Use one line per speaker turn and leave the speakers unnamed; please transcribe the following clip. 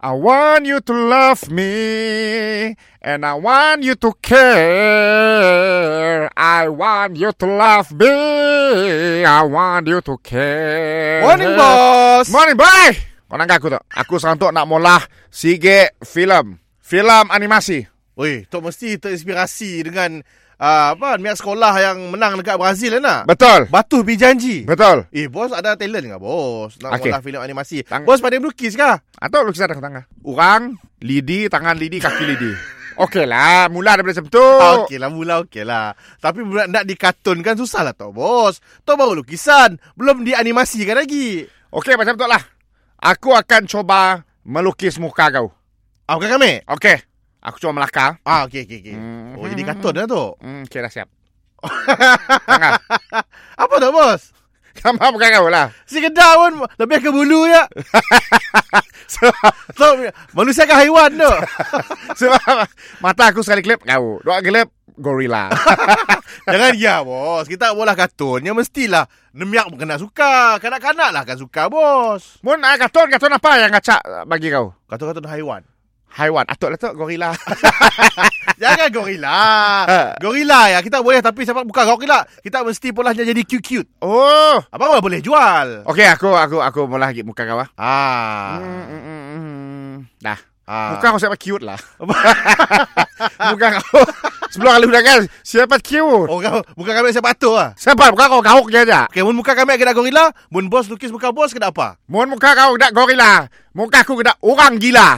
I want you to love me and I want you to care. I want you to love me. I want you to care.
Morning bos.
Morning bye. Kau nak aku tak? Aku serantuk nak mula sige filem. Filem animasi.
Oi, Tok mesti terinspirasi dengan uh, apa niat sekolah yang menang dekat Brazil kan nak?
Betul.
Batu berjanji.
Betul.
Eh bos ada talent enggak bos? Nak
Okey.
okay. filem animasi.
Tang-
Bos pandai melukis kah?
Atau lukisan tangan tangan. Orang, lidi, tangan lidi, kaki lidi. Okey lah, mula daripada macam tu.
Oh. Okey lah mula okey lah. Tapi nak, nak dikatunkan susah lah Tok bos. Tok baru lukisan, belum dianimasikan lagi.
Okey, macam tu lah. Aku akan cuba melukis muka kau.
Ah, bukan kami?
Okey. Aku cuba melakar.
Ah, okey okey okey.
Hmm.
Oh, jadi katun lah tu.
Hmm, okey dah siap. Tangan.
Apa tu bos?
Sama bukan kau lah.
Si kedah pun lebih ke bulu ya. so, manusia ke haiwan tu.
Sebab mata aku sekali klip kau. Dua klip gorila.
Jangan ya bos. Kita bola kartunnya mestilah nemiak kena suka. Kanak-kanak lah akan suka bos.
Mun ah, katon katon apa yang ngacak bagi kau?
Kartun-kartun haiwan.
Haiwan. Atuk lah tu gorila.
Jangan gorila. gorila ya kita boleh tapi siapa bukan gorila. Kita mesti polanya jadi cute-cute.
oh.
Apa pun boleh jual.
Okey, aku aku aku mula lagi muka kau ah.
Ah.
Hmm, hmm, hmm, hmm. Dah.
ah.
Muka kau siapa cute lah. muka kau. Sebelum kali udah kan, siapa cute?
Oh, kau, muka kami siapa tu lah.
Siapa? Muka kau gauk je aja.
Okay, mun muka kami kena gorila, mun bos lukis muka bos kena apa?
Mun muka kau kena gorila. Muka aku kena orang gila.